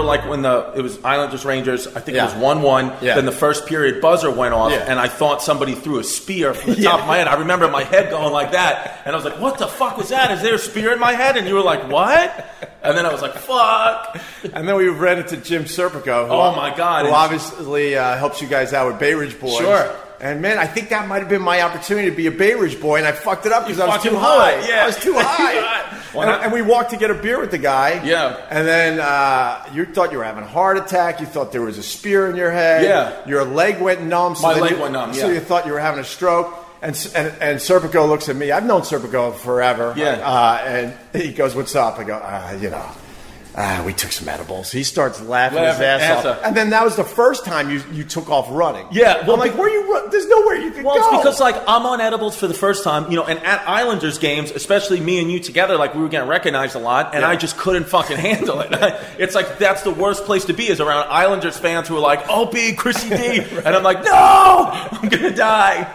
like when the it was Islanders Rangers. I think Yeah. it was one one. Yeah. Then the first period buzzer went off, Yeah. and I thought somebody threw a spear from the top of my head. I remember my head going like that, and I was like, "What the fuck was that? Is there a spear in my head?" And you were like, "What?" And then I was like, "Fuck." And then we ran into Jim Serpico. Who, Oh, my God. Who obviously uh, helps you guys out with Bay Ridge Boys. Sure. And man, I think that might have been my opportunity to be a Bay Ridge boy, and I fucked it up because I was fucking too high. high. Yeah. I was too high. Why and, not? and we walked to get a beer with the guy. Yeah. And then uh, you thought you were having a heart attack. You thought there was a spear in your head. Yeah. Your leg went numb. So My then leg you- went numb, So yeah. you thought you were having a stroke. And, S- and and Serpico looks at me. I've known Serpico forever. Yeah. Uh, and he goes, "What's up?" I go, uh, "You know, uh, we took some edibles." He starts laughing his Laughing ass, ass off. off. And then that was the first time you, you took off running. Yeah, well, I'm like, be- "Where you? Run? There's nowhere you could Well, go." it's because like I'm on edibles for the first time, you know, and at Islanders games, especially me and you together, like we were getting recognized a lot, and Yeah. I just couldn't fucking handle it. it's like that's the worst place to be is around Islanders fans who are like, "Oh, big Chrissy D," and I'm like, "No, I'm gonna die."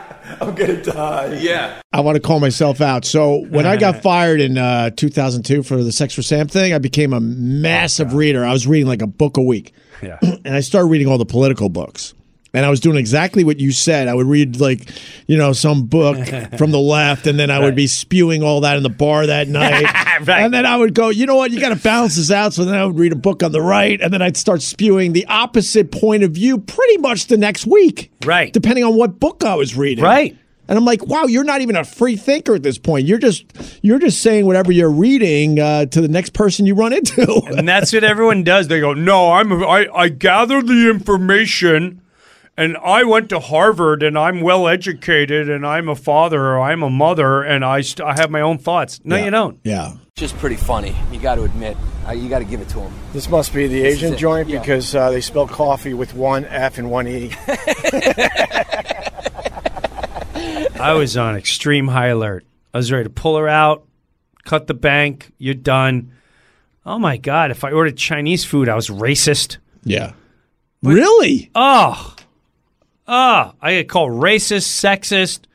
I'm gonna die. Yeah, I want to call myself out. So when I got fired in uh, 2002 for the Sex for Sam thing, I became a massive reader. I was reading like a book a week, Yeah. and I started reading all the political books. And I was doing exactly what you said. I would read like, you know, some book from the left, and then I would be spewing all that in the bar that night. Right. And then I would go, you know what? You got to balance this out. So then I would read a book on the right, and then I'd start spewing the opposite point of view pretty much the next week. Right. Depending on what book I was reading. Right. And I'm like, wow, you're not even a free thinker at this point. You're just you're just saying whatever you're reading uh, to the next person you run into. And that's what everyone does. They go, no, I'm I, I gathered the information and I went to Harvard and I'm well educated and I'm a father or I'm a mother and I, st- I have my own thoughts. No, you don't. yeah. just pretty funny. You got to admit, I, you got to give it to him. This must be the Asian it, joint yeah. because, uh, they spell coffee with one F and one E. I was on extreme high alert. I was ready to pull her out, cut the bank, you're done. Oh my God, if I ordered Chinese food, I was racist. Yeah. Really? Oh, ah, I get called racist, sexist.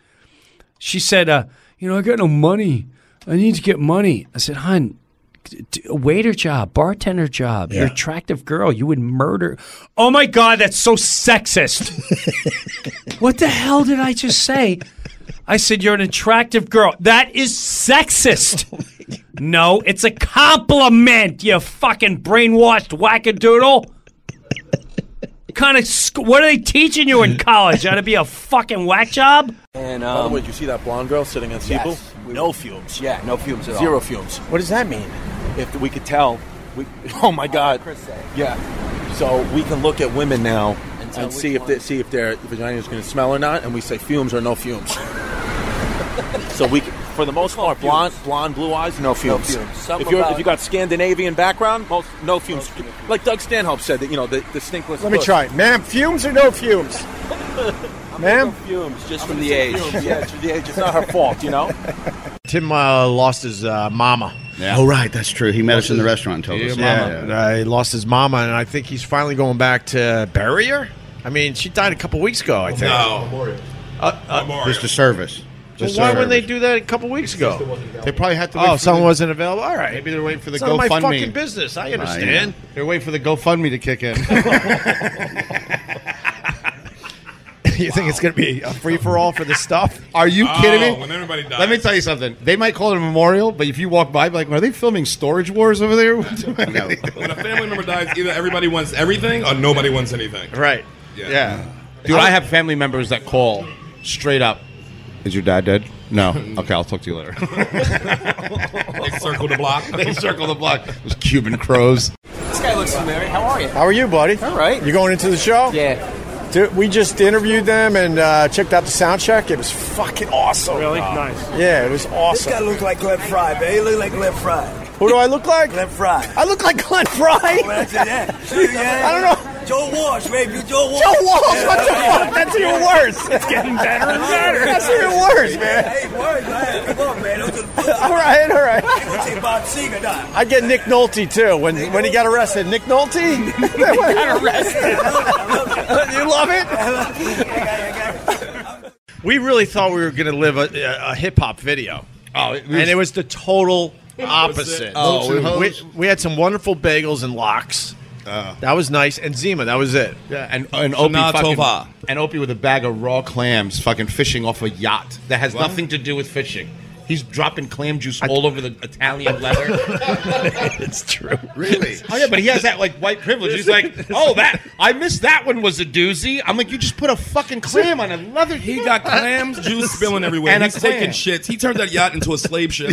She said, uh, you know, I got no money. I need to get money. I said, hon, d- d- waiter job, bartender job. You're an Yeah. attractive girl. You would murder. Oh my God, that's so sexist. what the hell did I just say? I said, you're an attractive girl. That is sexist. Oh no, it's a compliment, you fucking brainwashed wackadoodle kind of sc- what are they teaching you in college? How to be a fucking whack job? And By the um, way, did you see that blonde girl sitting on Siebel? Yes. No fumes. yeah, no fumes at all. Zero fumes. what does that mean? If we could tell, we, oh my god. Chris said. Yeah. So we can look at women now and, tell see which if they, one. see if their vagina is going to smell or not, and we say fumes or no fumes. so we, can, for the most part, blonde, blonde, blue eyes, no fumes. fumes. Something If you about- if you got Scandinavian background, most no fumes. Like Doug Stanhope said that you know the, the stinkless. Let me puss. try, ma'am. Fumes or no fumes, ma'am? fumes just I'm from the gonna say age. fumes. yeah, it's the age. It's not her fault, you know. Tim uh, lost his uh, mama. Yeah. Oh, right. That's That's true. He met us in the restaurant and told us. Yeah, uh, he lost his mama, and I think he's finally going back to bury her. I mean, she died a couple weeks ago, I think. Uh, No. Just a service. Well, Just why a wouldn't they service. do that a couple weeks ago? They probably had to. Wait Oh, for someone the, wasn't available. All right, Maybe they're waiting for the it's not my GoFundMe. fucking business. I understand. They're waiting for the GoFundMe to kick in. you think it's going to be a free for all for this stuff? Are you kidding Oh, me? when everybody dies. Let me tell you something. They might call it a memorial, but if you walk by, be like, are they filming Storage Wars over there? no. When a family member dies, either everybody wants everything or nobody wants anything. Right. Yeah. Yeah. Dude, I have family members that call straight up. Is your dad dead? No. Okay, I'll talk to you later. They circle the block. they circle the block. Those Cuban crows. This guy looks familiar. How are you? How are you, buddy? All right. You going into the show? Yeah. Dude, we just interviewed them and uh, checked out the sound check. It was fucking awesome. Really nice. Yeah, it was awesome. look like Glenn Fry, baby. He look like Glenn Fry. Who do I look like? Fry. I look like Glenn Fry. I don't know. Joe Walsh, baby. You Joe Walsh. Joe Walsh. What the fuck? That's even worse. It's getting better and better. That's even worse, man. Hey, worry, man. Come on, man. Don't just All right, all right. take Bob Seger down. I get Nick Nolte too. When when he got arrested, Nick Nolte. got arrested. you love it? We really thought we were going to live a, a, a hip hop video. Oh, it was- and it was the total opposite. Oh, it was- we, we had some wonderful bagels and locks. That was nice. And Zima, that was it. Yeah, and and Opie Shana fucking, Tova. and Opie with a bag of raw clams, fucking fishing off a yacht that has nothing to do with fishing. He's dropping clam juice all over the Italian leather. It's true. really? Oh yeah, but he has that like white privilege. He's like, oh that I missed that one was a doozy. I'm like, you just put a fucking clam on a leather. He got clams, juice spilling everywhere. And a He's taking clam. shits. He turned that yacht into a slave ship.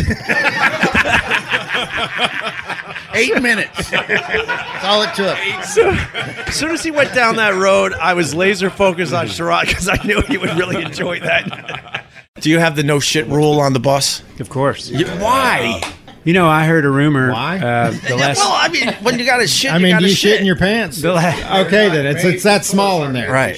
Eight minutes. That's all it took. As soon as he went down that road, I was laser focused on Sherrod because I knew he would really enjoy that. Do you have the no shit rule on the bus? Of course. You- Why? You know, I heard a rumor. Why? Uh, the last. well, I mean, when you got to shit, I you mean, got do to you shit in your pants? The last Okay, then it's it's that small in there. right.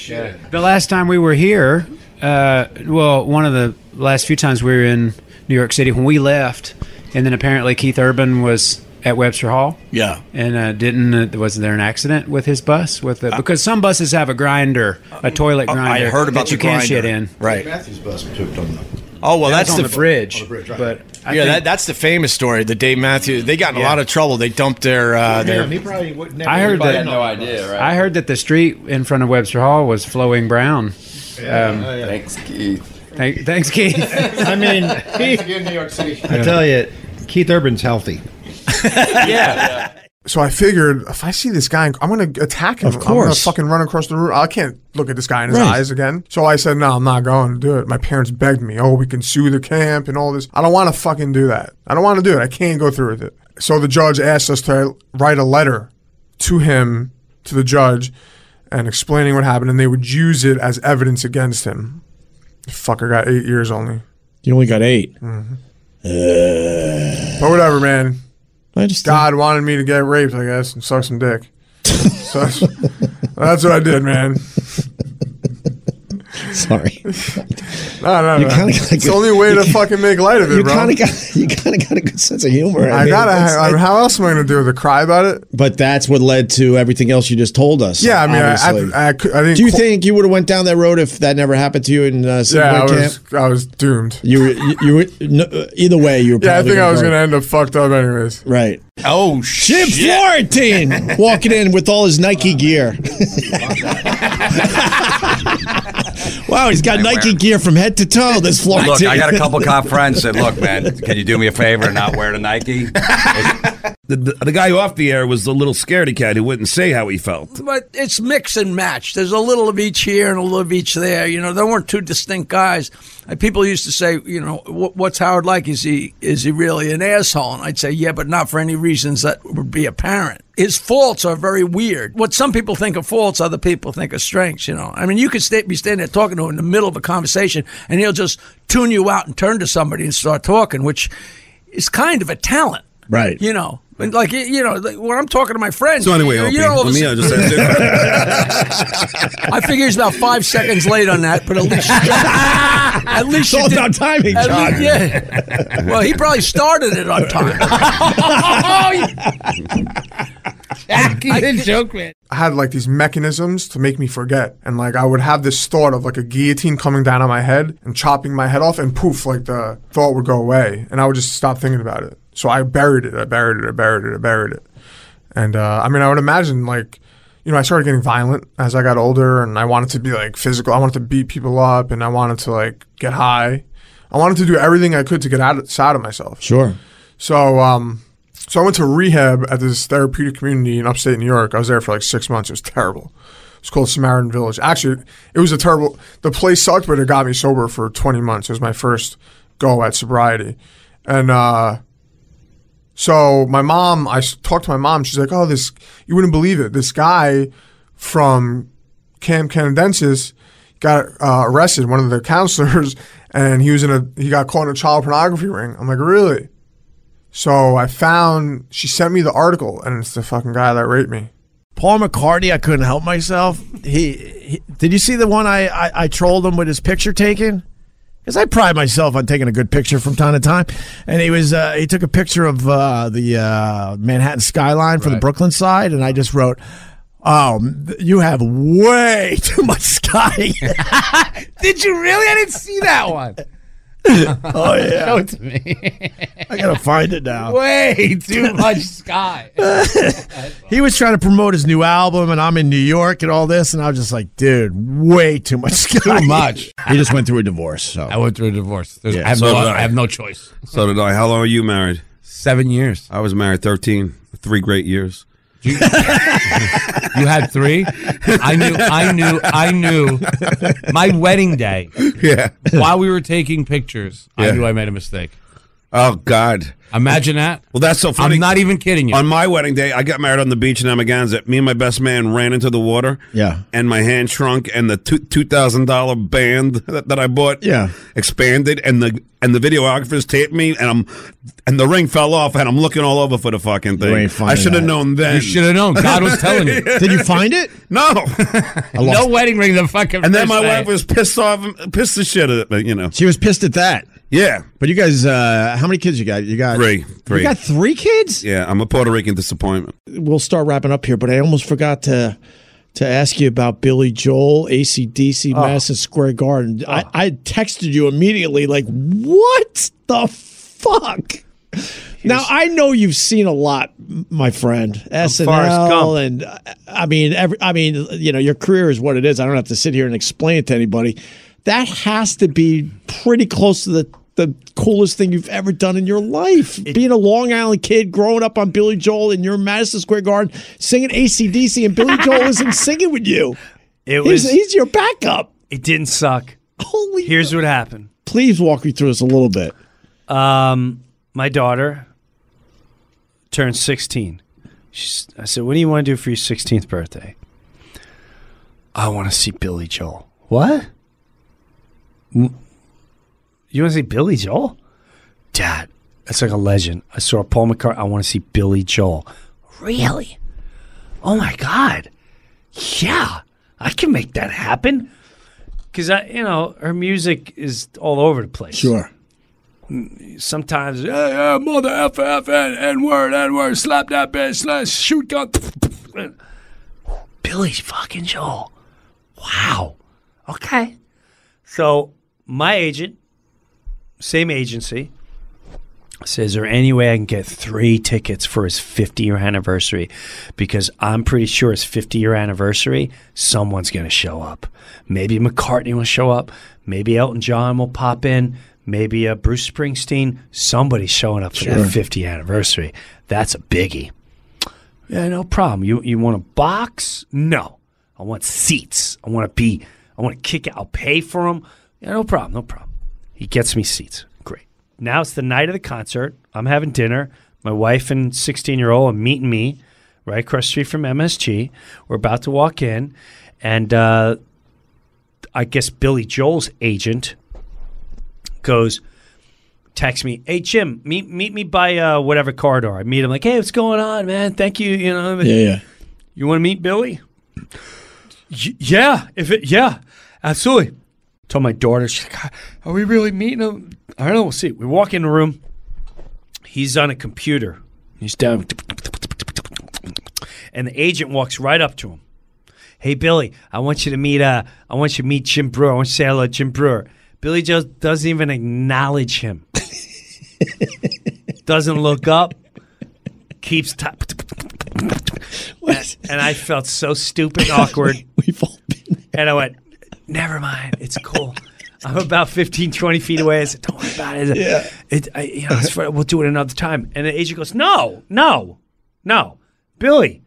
The last time we were here, uh, well, one of the last few times we were in New York City when we left, and then apparently Keith Urban was at Webster Hall. Yeah. And uh, didn't uh, wasn't there an accident with his bus with the, because some buses have a grinder, a toilet grinder. Uh, I heard about that the you can grinder. shit in. Right. Matthew's bus pooped on the. Oh well, That's that's on the, the bridge, bridge, right. but I yeah, think- that, that's the famous story. The Dave Matthews, they got in a Yeah. lot of trouble. They dumped their uh, their he probably would never. I heard Everybody that. knows. no idea, right? I heard that the street in front of Webster Hall was flowing brown. Um, Oh, yeah. Thanks, Keith. Thank, thanks, Keith. I mean, he- New York City. I tell you, Keith Urban's healthy. So I figured if I see this guy, I'm going to attack him. Of I'm going to course. fucking run across the room. I can't look at this guy in his Right. eyes again. So I said, no, I'm not going to do it. My parents begged me, oh, we can sue the camp and all this. I don't want to fucking do that. I don't want to do it. I can't go through with it. So the judge asked us to write a letter to him, to the judge, and explaining what happened, and they would use it as evidence against him. Fucker got eight years only. You only got eight. But whatever, man. Uh, I just God wanted me to get raped, I guess, and suck some dick. so that's, that's what I did, man. sorry. No, no, kinda no. got a it's the good- only way to fucking make light of it, You bro. kind of got you kind of got a good sense of humor. I mean, gotta. it's- I mean, how else am I gonna do it? Cry about it? But that's what led to everything else you just told us. Yeah, I mean, obviously. I, I, I, cou- I didn't. Do you qu- think you would have went down that road if that never happened to you in uh, Yeah, I City Point was. Camp? I was doomed. You were, you, you were no, uh, either way. You were. Yeah, I probably think I was go- gonna end up fucked up, anyways. Right. Oh shit! Jim Florentine walking in with all his Nike gear. wow, he's got Nike gear from head to toe. This Florentine. Look, I got a couple cop friends said, "Look, man, can you do me a favor and not wear the Nike?" The, the, the guy off the air was the little scaredy cat who wouldn't say how he felt. but it's mix and match. There's a little of each here and a little of each there. You know, there weren't two distinct guys. And people used to say, you know, "Wh- what's Howard like? Is he is he really an asshole? And I'd say, yeah, but not for any reasons that would be apparent. His faults are very weird. What some people think are faults, other people think are strengths. You know, I mean, you could sta- be standing there talking to him in the middle of a conversation, and he'll just tune you out and turn to somebody and start talking, which is kind of a talent, Right. You know. And like you you know, like when I'm talking to my friends, So anyway, you, Opie, you don't all of a let me sudden- uh, just say I figure he's about five seconds late on that, but at least at least It's all you did, about timing, at John. least- yeah. Well, he probably started it on time. Oh, I had like these mechanisms to make me forget, and like I would have this thought of like a guillotine coming down on my head and chopping my head off, and poof, like the thought would go away, and I would just stop thinking about it. So I buried it, I buried it, I buried it, I buried it, and uh, I mean I would imagine like. You know, I started getting violent as I got older, and I wanted to be like physical. I wanted to beat people up, and I wanted to like get high. I wanted to do everything I could to get out outside of myself. Sure. So, um, so I went to rehab at this therapeutic community in upstate New York. I was there for like six months. It was terrible. It's called Samaritan Village. Actually, it was a terrible. The place sucked, but it got me sober for 20 months. It was my first go at sobriety, and uh, so my mom. I s- talked to my mom. She's like, "Oh, this. You wouldn't believe it. This guy from Camp Canadensis got uh, arrested. One of the counselors, and he was in a. He got caught in a child pornography ring. I'm like, really? So I found she sent me the article, and it's the fucking guy that raped me. Paul McCartney, I couldn't help myself. He, he did you see the one I, I I trolled him with his picture taken? Because I pride myself on taking a good picture from time to time, and he was uh, he took a picture of uh, the uh, Manhattan skyline for the Brooklyn side, and I just wrote, "Um, th- you have way too much sky." Did you really? I didn't see that one. oh yeah. Show it to me. I gotta find it now. Way too much sky. he was trying to promote his new album, and I'm in New York and all this, and I was just like, dude, way too much sky. Too much. he just went through a divorce. So I went through a divorce. There's- Yeah. I have So no- did I have no choice. So did I. How long are you married? Seven years. I was married 13. Three great years. You had three. I knew. I knew. I knew. My wedding day. Yeah. While we were taking pictures, I Yeah. knew I made a mistake. Oh God! Imagine that. Well, that's so funny. I'm not even kidding you. On my wedding day, I got married on the beach in Amagansett. Me and my best man ran into the water. Yeah. and my hand shrunk, and the two thousand dollar band that, that I bought, Yeah. expanded, and the and the videographers taped me, and I'm and the ring fell off, and I'm looking all over for the fucking thing. ain't I finding should have that. known then. You should have known. God was telling you. Did you find it? No. no wedding ring. The fucking. And then my first day. wife was pissed off, pissed the shit at me, you know. She was pissed at that. Yeah. But you guys, uh, how many kids you got? You got Three, three. You got three kids. Yeah, I'm a Puerto Rican disappointment. We'll start wrapping up here, but I almost forgot to to ask you about Billy Joel, ACDC, Oh. Madison Square Garden. I, I texted you immediately, like, what the fuck? Now I know you've seen a lot, m- my friend. Gump. SNL and uh, I mean, every, I mean, you know, your career is what it is. I don't have to sit here and explain it to anybody. That has to be pretty close to the the coolest thing you've ever done in your life. Being a Long Island kid, growing up on Billy Joel in your Madison Square Garden, singing ACDC, and Billy Joel isn't singing with you. It He's- was- he's, your backup. It didn't suck. Holy Here's what happened. Please walk me through this a little bit. Um, my daughter turned 16. She's, I said, "What do you want to do for your 16th birthday?" I want to see Billy Joel. What? "M- You want to see Billy Joel? Dad, that's like a legend. I saw Paul McCartney. I want to see Billy Joel. Really? Oh my God! Yeah, I can make that happen. Because I, you know, her music is all over the place. Sure. Sometimes, uh, "Hey, yeah, mother f f n n word n word, slap that bitch, slash shoot gun. Billy's fucking Joel. Wow. Okay. So my agent, same agency, says, "Is there any way I can get three tickets for his 50 year anniversary? Because I'm pretty sure his 50 year anniversary, someone's going to show up. Maybe McCartney will show up. Maybe Elton John will pop in. Maybe uh, Bruce Springsteen. Somebody's showing up for Sure. that 50 anniversary. That's a biggie. Yeah, no problem. You you want a box? No, I want seats. I want to be. I want to kick out. I'll pay for them. Yeah, no problem. No problem. He gets me seats. Great. Now it's the night of the concert. I'm having dinner. My wife and 16 year old are meeting me right across the street from MSG. We're about to walk in, and uh, I guess Billy Joel's agent goes, text me, "Hey Jim, meet meet me by uh, whatever corridor." I meet him like, "Hey, what's going on, man? Thank you. You know, Yeah, yeah. You want to meet Billy? Y- yeah, if it, yeah, absolutely." Told my daughter, she's like, "God, "Are we really meeting him?" I don't know. We'll see. We walk in the room. He's on a computer. He's down, and the agent walks right up to him. Hey Billy, I want you to meet uh I want you to meet Jim Brewer. I want you to say hello to Jim Brewer. Billy Joe doesn't even acknowledge him. doesn't look up. Keeps t- and I felt so stupid and awkward. We've all been And I went, never mind, it's cool. I'm about 15, 20 feet away. I said, don't worry about it. Yeah. It, I, you know, it's for, we'll do it another time. And the agent goes, no, no, no. Billy,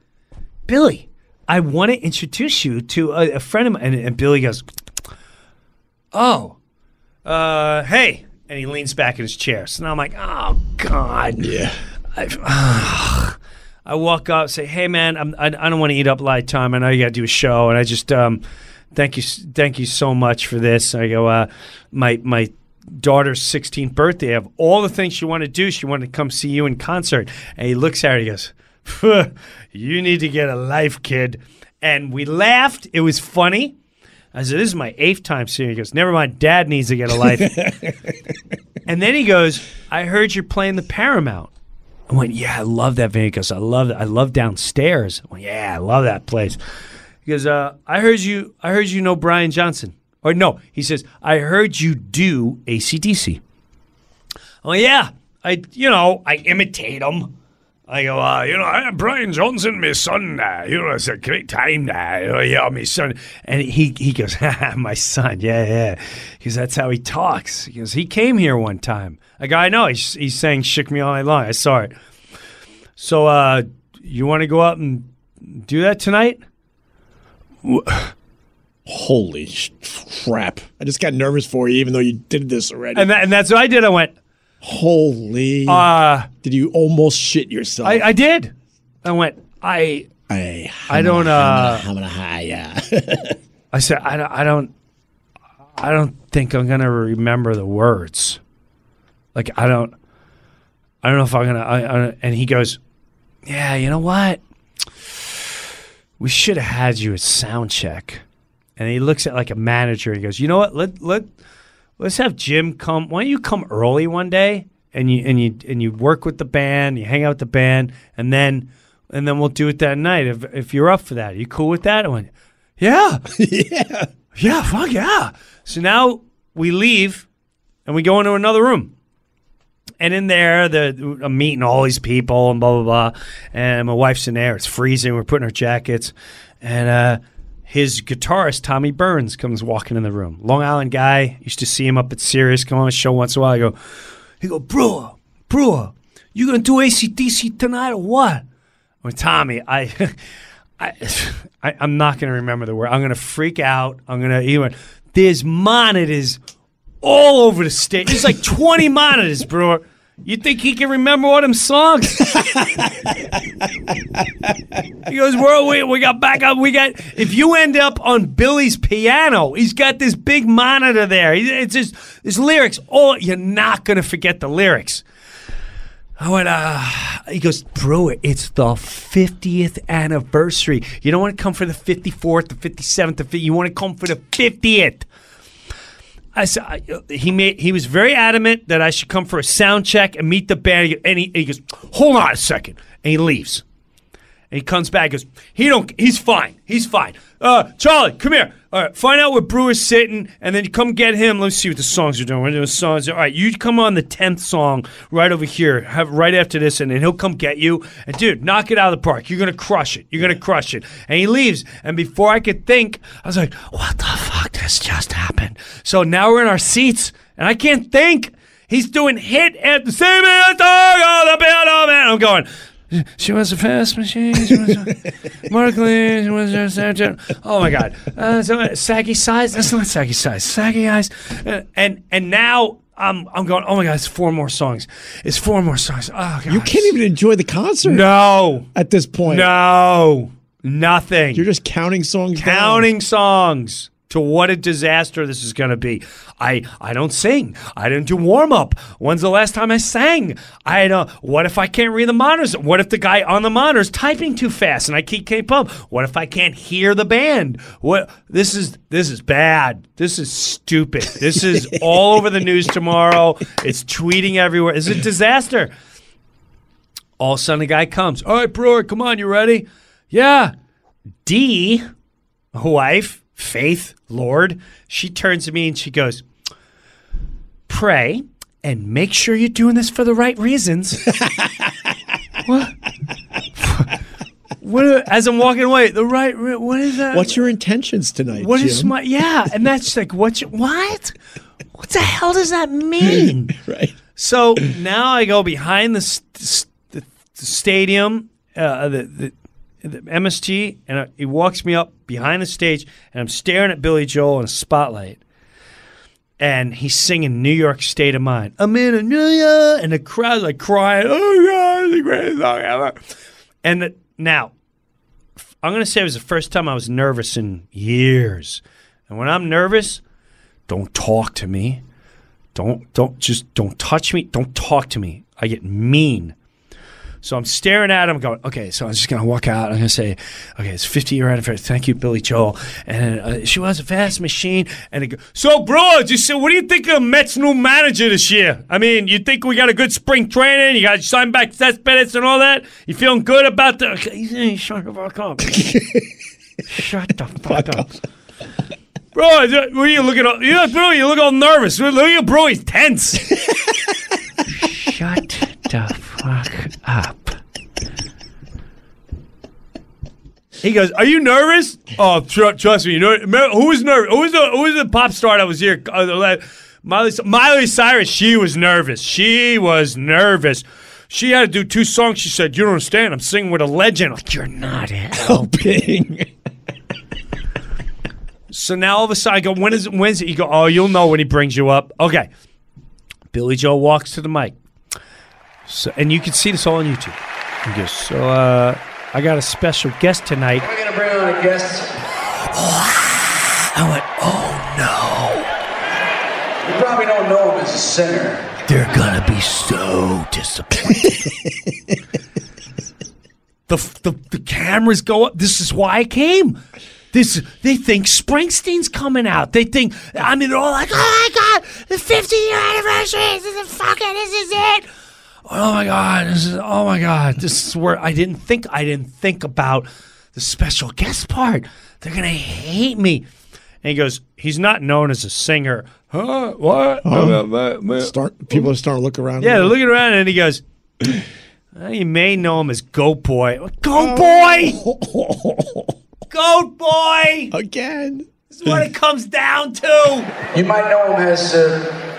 Billy, I want to introduce you to a, a friend of mine. And, and Billy goes, oh, uh, hey. And he leans back in his chair. So now I'm like, oh, God. Yeah. I, ah, I walk up, say, hey, man, I'm, I, I don't want to eat up a lot of time. I know you got to do a show. And I just, um, thank you s- thank you so much for this. I go, uh, my, my daughter's 16th birthday. Of all the things she wanted to do, she wanted to come see you in concert. And he looks at her, he goes, "Phew, you need to get a life, kid. And we laughed. It was funny. I said, this is my eighth time seeing you. He goes, never mind, dad needs to get a life. and then he goes, I heard you're playing the Paramount. I went, yeah, I love that venue. He goes, I love I love downstairs. I went, yeah, I love that place. He goes, uh, I heard you I heard you know Brian Johnson. Or no, he says, I heard you do ACDC. Oh, yeah. I, you know, I imitate them. I go, uh, you know, I, Brian Johnson, my son, uh, you know, it's a great time now. You know, Oh, yeah, my son. And he, he goes, "Ha, ha, my son, yeah, yeah. Because that's how he talks. Because he came here one time. A guy I know, he's, he's saying, shook me all night long. I saw it. So, uh, you want to go out and do that tonight? Holy sh- crap! I just got nervous for you, even though you did this already. And, that, and that's what I did. I went, holy! Uh, did you almost shit yourself? I, I did. I went, I, I, I don't, uh, I'm gonna hire. I said, I don't, I don't, I don't think I'm gonna remember the words. Like I don't, I don't know if I'm gonna. I, I, don't- and he goes, Yeah, you know what? We should have had you at sound check. And he looks at like a manager. He goes, You know what? Let let let's have Jim come. Why don't you come early one day and you and you and you work with the band, you hang out with the band, and then and then we'll do it that night if if you're up for that. Are you cool with that? I went, Yeah. yeah. Yeah, fuck yeah. So now we leave and we go into another room. And in there, the, I'm meeting all these people and blah, blah, blah. And my wife's in there. It's freezing. We're putting our jackets. And uh, his guitarist, Tommy Burns, comes walking in the room. Long Island guy. Used to see him up at Sirius. Come on a show once in a while. I go, he go, bro, bro, you going to do ACDC tonight or what? Well, Tommy, I, I, I I'm not going to remember the word. I'm going to freak out. I'm going to even. There's monitors all over the state. There's like 20 monitors, bro. You think he can remember all them songs? he goes, "Well, we we got back up. We got if you end up on Billy's piano, he's got this big monitor there. He- It's just his lyrics. Oh, you're not gonna forget the lyrics." I went, uh, he goes, bro, it's the 50th anniversary. You don't want to come for the 54th, the 57th, the 50th. You want to come for the 50th. I said, I- uh, he made, he was very adamant that I should come for a sound check and meet the band. He go- And he, he goes, hold on a second. And he leaves. And he comes back. Goes, he don't. He's fine. He's fine. Uh, Charlie, come here. All right, find out where Brewer's sitting, and then you come get him. Let's see what the songs are doing. We're doing songs. All right, you come on the tenth song right over here, have, right after this, and then he'll come get you. And dude, knock it out of the park. You're gonna crush it. You're gonna crush it. And he leaves. And before I could think, I was like, what the fuck? This just happened. So now we're in our seats, and I can't think. He's doing hit at the same song on the piano man. I'm going. She was a fast machine. She was a Markley. She was a surgeon. Oh my God! Uh, so, saggy size. That's not saggy size. Saggy eyes. Uh, and and now I'm I'm going. Oh my God! It's four more songs. It's four more songs. Oh God! You can't even enjoy the concert. No. At this point. No. Nothing. You're just counting songs. down. Counting songs to what a disaster this is going to be. I I don't sing. I didn't do warm up. When's the last time I sang? I don't. What if I can't read the monitors? What if the guy on the monitors typing too fast and I keep keep up? What if I can't hear the band? What this is this is bad. This is stupid. This is all over the news tomorrow. It's tweeting everywhere. It's a disaster. All of a sudden, a guy comes. All right, Brewer, come on, you ready? Yeah. D, my wife, Faith, Lord, she turns to me and she goes, Pray and make sure you're doing this for the right reasons. what? what? As I'm walking away, the right, re- what is that? What's your intentions tonight? What Jim? is my yeah? And that's like what? You, what? What the hell does that mean? right. So now I go behind the, st- st- the, the stadium, uh, the, the the MST, and I, he walks me up behind the stage, and I'm staring at Billy Joel in a spotlight, and he's singing "New York State of Mind." I'm in a New York, and the crowd's like crying. Oh God, it's the greatest song ever! And the, now I'm going to say it was the first time I was nervous in years. And when I'm nervous, don't talk to me. Don't don't just don't touch me. Don't talk to me. I get mean. So I'm staring at him, going, okay. So I'm just gonna walk out. I'm gonna say, okay, it's 50 year anniversary. Thank you, Billy Joel. And uh, she was a fast machine. And it go, so, bro, just say, what do you think of Mets' new manager this year? I mean, you think we got a good spring training? You got signed back Seth Bennett and all that. You feeling good about the? Okay, shut the fuck up. shut the fuck up. Bro, is that- what are you looking all, you look, bro, you look all nervous. Look at your bro, he's tense. Shut the fuck up. He goes, "Are you nervous? Oh, tr- trust me. You know remember- who was nervous? Who was the who was the pop star that was here? uh, the la- Miley Miley Cyrus. She was nervous. She was nervous. She had to do two songs. She said, "You don't understand. I'm singing with a legend." I'm like you're not helping. so now all of a sudden, I go, "When is when's it?" You go, "Oh, you'll know when he brings you up." Okay. Billy Joe walks to the mic. So, and you can see this all on YouTube. He goes, so uh, I got a special guest tonight. We're gonna bring on a guest. I went, oh no. You probably don't know him as a singer. They're gonna be so disappointed. the, the the cameras go up. This is why I came. This they think Springsteen's coming out. They think I mean they're all like, oh my god, the 50 year anniversary. This is fucking. This is it. Oh my god, this is oh my god, this is where I didn't think I didn't think about the special guest part. They're gonna hate me. And he goes, he's not known as a singer. Huh? What? Start people are starting to look around. Yeah, they're looking around and he goes, "Uh, You may know him as Goat Boy. Goat Boy! Goat Boy! Again. This is what it comes down to. You might know him as uh,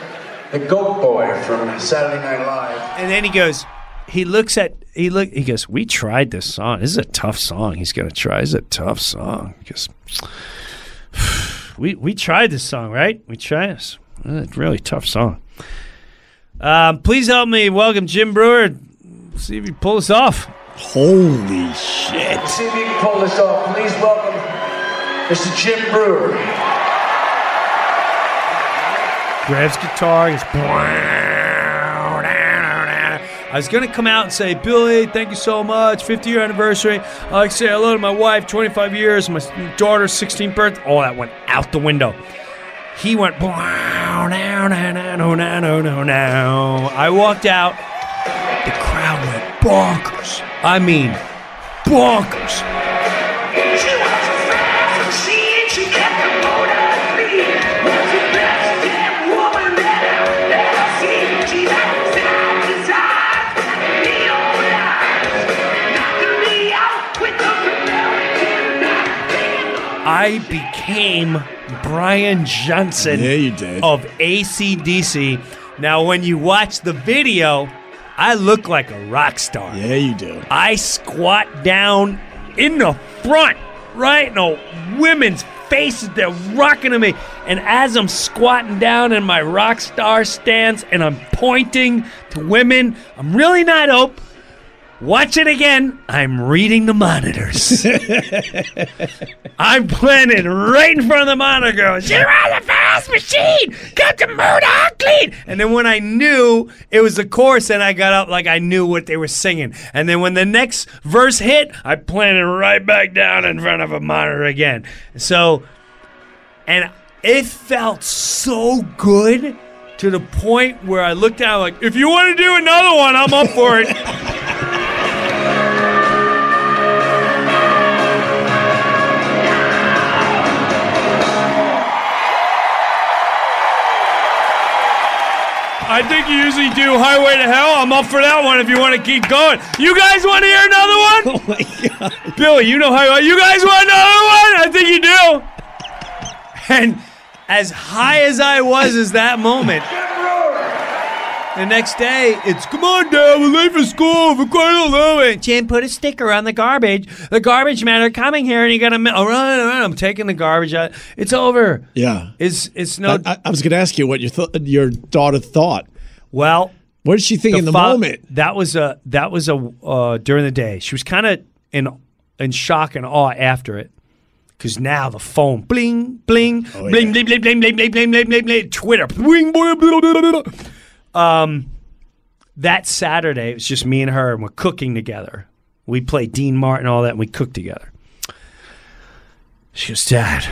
the Goat Boy from Saturday Night Live. And then he goes, he looks at he look he goes, We tried this song. This is a tough song. He's gonna try. This is a tough song. He goes, We we tried this song, right? We tried this. Uh, It's a really tough song. Um, please help me welcome Jim Brewer. See if he pulls this off. Holy shit. Let's see if you can pull this off. Please welcome Mr. Jim Brewer. grabs guitar. Goes, I was gonna come out and say, Billy, thank you so much, 50 year anniversary. I'd like to say hello to my wife, 25 years, my daughter's 16th birth. All that went out the window. He went. "Wow, now, now, now, now, now, now, now, now." I walked out. The crowd went bonkers. I mean, bonkers. I became Brian Johnson yeah, you did. of ACDC. Now, when you watch the video, I look like a rock star. Yeah, you do. I squat down in the front, right in the women's faces. They're rocking to me. And as I'm squatting down in my rock star stance and I'm pointing to women, I'm really not up. Watch it again. I'm reading the monitors. I'm planted right in front of the monitor. Goes, You're on the fast machine. Got the murder clean. And then when I knew it was a chorus, and I got up like I knew what they were singing. And then when the next verse hit, I planted right back down in front of a monitor again. So, and it felt so good to the point where I looked down like, if you want to do another one, I'm up for it. I think you usually do Highway to Hell. I'm up for that one if you want to keep going. You guys want to hear another one? Oh my god. Billy, you know Highway. You guys want another one? I think you do. And as high as I was as that moment, the next day it's come on Dad, we're late for school for quite a little Jim put a sticker on the garbage. The garbage men are coming here and you're gonna all right, all right, I'm taking the garbage out. It's over. Yeah. It's it's no I, I- I was going to ask you what your th- your daughter thought. Well, what did she think in the fo- moment? That was a that was a uh, during the day. She was kind of in in shock and awe after it, because now the phone bling bling bling, bling bling bling bling bling bling bling bling bling Twitter bling bling bling bling bling. bling. Um, that Saturday it was just me and her, and we're cooking together. We played Dean Martin, all that, and we cooked together. She goes, Dad,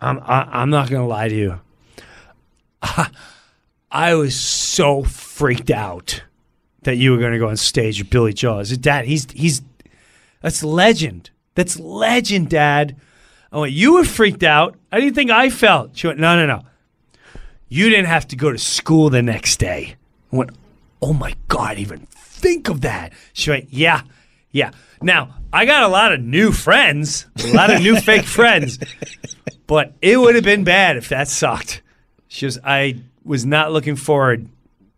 I'm I, I'm not gonna lie to you. I was so freaked out that you were going to go on stage with Billy Joel. I said, Dad, he's he's that's legend. That's legend, Dad. I went, You were freaked out. How do you think I felt? She went, No, no, no. You didn't have to go to school the next day. I went, Oh my God, even think of that. She went, Yeah, yeah. Now, I got a lot of new friends, a lot of new fake friends, but it would have been bad if that sucked. She was, I was not looking forward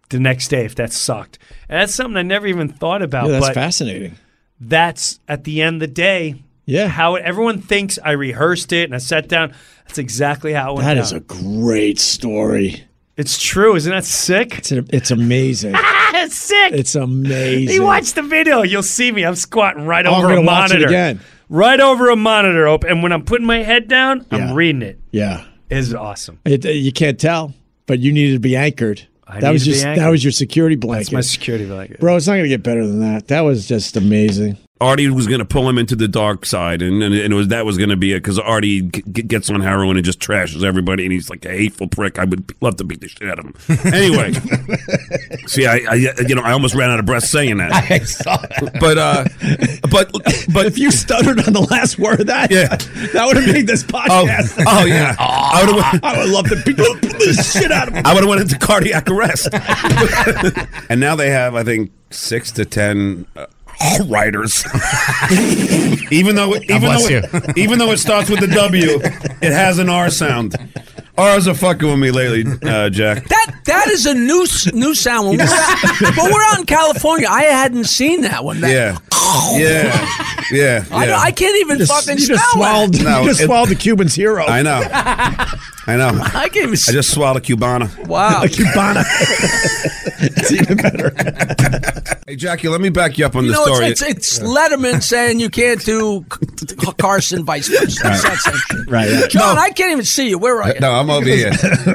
the next day if that sucked. And that's something I never even thought about. Yeah, that's but fascinating. That's at the end of the day. Yeah. How it, everyone thinks I rehearsed it and I sat down. That's exactly how it went That down. is a great story. It's true, isn't that sick? It's, a- it's amazing. That's sick. it's amazing. You watch the video, you'll see me. I'm squatting right Oh, I'm over a gonna watch it monitor. again. Right over a monitor, op- and when I'm putting my head down, I'm reading it. Yeah, It's awesome. it, uh, you can't tell, but you needed to be anchored. I that need was to be just that anchored. was your security blanket. That's my security blanket. Bro, it's not gonna get better than that. That was just amazing. Artie was going to pull him into the dark side, and and, and it was that was going to be it because Artie g- g- gets on heroin and just trashes everybody, and he's like a hateful prick. I would love to beat the shit out of him. Anyway, see, I, I you know I almost ran out of breath saying that. I saw that. But uh, but but if you stuttered on the last word of that, yeah, that would have made this podcast. Oh, oh, yeah, I would have. I would love to beat the shit out of him. I would have went into cardiac arrest. and now they have, I think, six to ten uh, writers. even though, even bless though, it, even though it starts with the W, it has an R sound. R's are fucking with me lately, uh, Jack. That that is a new s- new sound. When we're out, but we're out in California. I hadn't seen that one. That, Yeah, yeah, yeah. I, yeah. don't- I can't even You just- fucking you spell just swallowed- it. No, you just it- swallowed the Cuban's hero. I know. I know. I Oh. gave him. I just swallowed a cubana. Wow. Cubana. it's even better. Hey, Jackie, let me back you up on You the know, story. it's, it's, it's Letterman saying you can't do C- Carson vice versa. Right. It's that same shit. Right, right. John, No. I can't even see you. Where are you? No, I'm over here.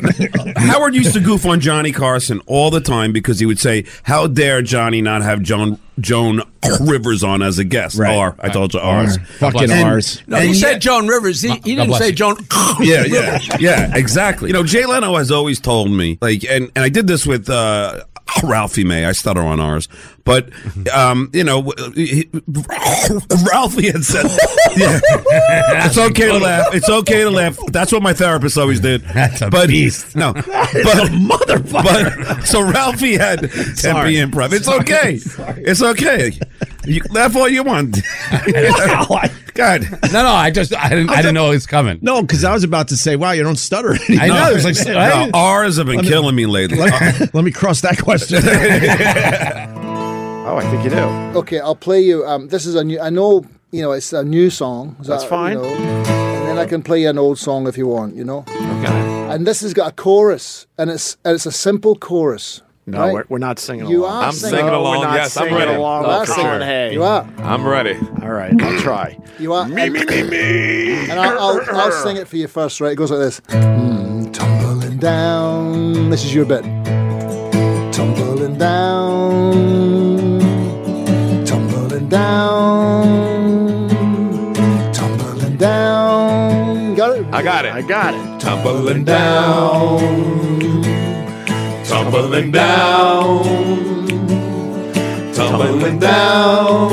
Howard used to goof on Johnny Carson all the time because he would say, "How dare Johnny not have Joan Joan Rivers on as a guest?" Right. R, I told you, R's, Fucking And- R's. No, he and said Joan Rivers. He, he didn't bless say you. Joan. yeah, yeah, yeah, exactly. You know, Jay Leno has always told me, like, and, and I did this with uh, Ralphie May. I stutter on ours, but um, you know, w- he- Ralphie had said, yeah, "It's okay to laugh. It's okay to laugh." That's what my therapist always did. That's a but, beast. No, but motherfucker. But, so Ralphie had Sorry. MP improv. It's Sorry. okay. It's okay. You laugh all you want. God. No, no, I just I didn't I didn't know it was coming. No, because I was about to say, wow, you don't stutter anymore. I know. It was like No, R's have been Let me- killing me lately. Let me, let me cross that question. Oh, I think you do. Okay, I'll play you. Um, this is a new. I know you know it's a new song. so That's I- you fine. know, and then I can play you an old song if you want. You know. Okay. And this has got a chorus, and it's and it's a simple chorus. No, right? we're, we're not singing You along. are I'm singing singing No, we're along, not yes, I'm singing ready. Along. No, That's for on, sure. Hey, You are. I'm ready. All right, I'll try. You are. Me, me, me, me. And I'll, I'll, I'll sing it for you first, right? It goes like this. Mm, tumbling down. This is your bit. Tumbling down. Tumbling down. Tumbling down. Got it? I got it. I got it. Tumbling down. Tumbling down. Tumbling down.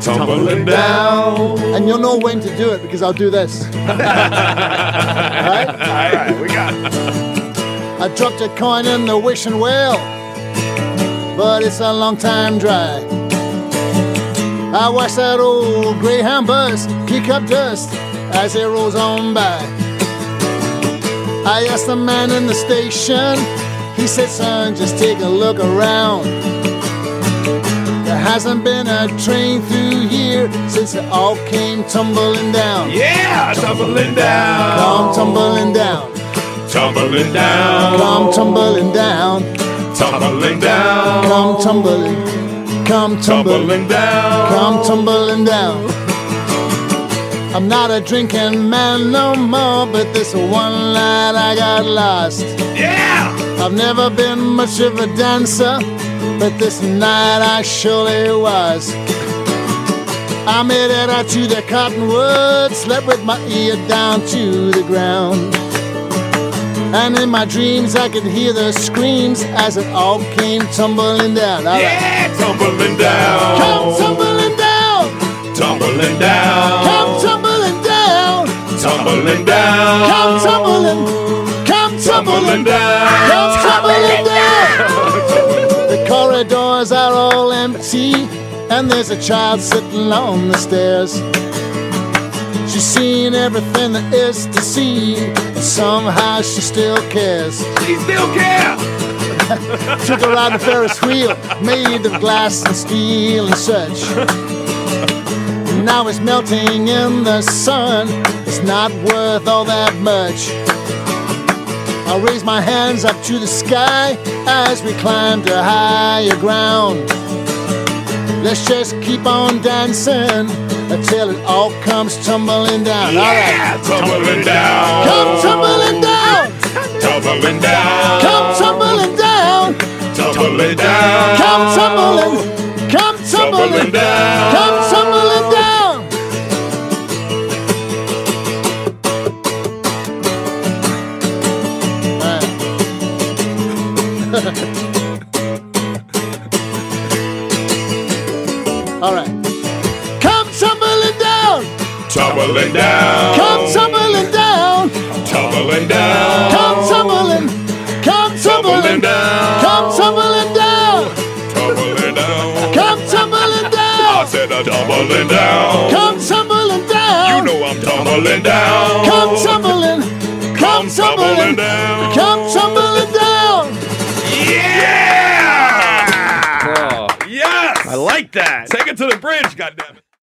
Tumbling down. And you'll know when to do it because I'll do this. All right, we got I dropped a coin in the wishing well, but it's a long time dry. I watch that old greyhound bus kick up dust as it rolls on by. I asked the man in the station, he said, son, just take a look around. There hasn't been a train through here since it all came tumbling down. Yeah, tumbling down. Come tumbling down. Tumbling down. Come tumbling down. Tumbling down. Come tumbling, come tumbling, Tumbling down. come tumbling down. I'm not a drinking man no more, but this one night I got lost. Yeah! I've never been much of a dancer, but this night I surely was. I made it out to the cottonwood, slept with my ear down to the ground. And in my dreams, I could hear the screams as it all came tumbling down. All right. Tumbling down. Come tumbling down, Tumbling down. come tumbling tumbling down. Come tumbling, come tumbling down. Come tumbling down. The corridors are all empty, and there's a child sitting on the stairs. She's seen everything there is to see, and somehow she still cares. She still cares. Took her on the Ferris wheel, made of glass and steel and such. Now it's melting in the sun. It's not worth all that much. I raise my hands up to the sky as we climb to higher ground. Let's just keep on dancing until it all comes tumbling down. All right. Tumbling down. Come tumbling down. Tumbling down. Come tumbling down. Tumbling down. Come tumbling. Come tumbling down. Come tumbling down. All right. Come tumbling down. Tumbling down. Come tumbling down. Tumbling down. Come tumbling. Come Oh. tumbling down. Come tumbling down. Tumbling down. Come tumbling I down. said I'm tumbling down. Come tumbling down. You know I'm tumbling down. Come tumbling. Come tumbling. Come tumbling down. Yeah. Yes. I like that. Take it to the bridge, goddamn.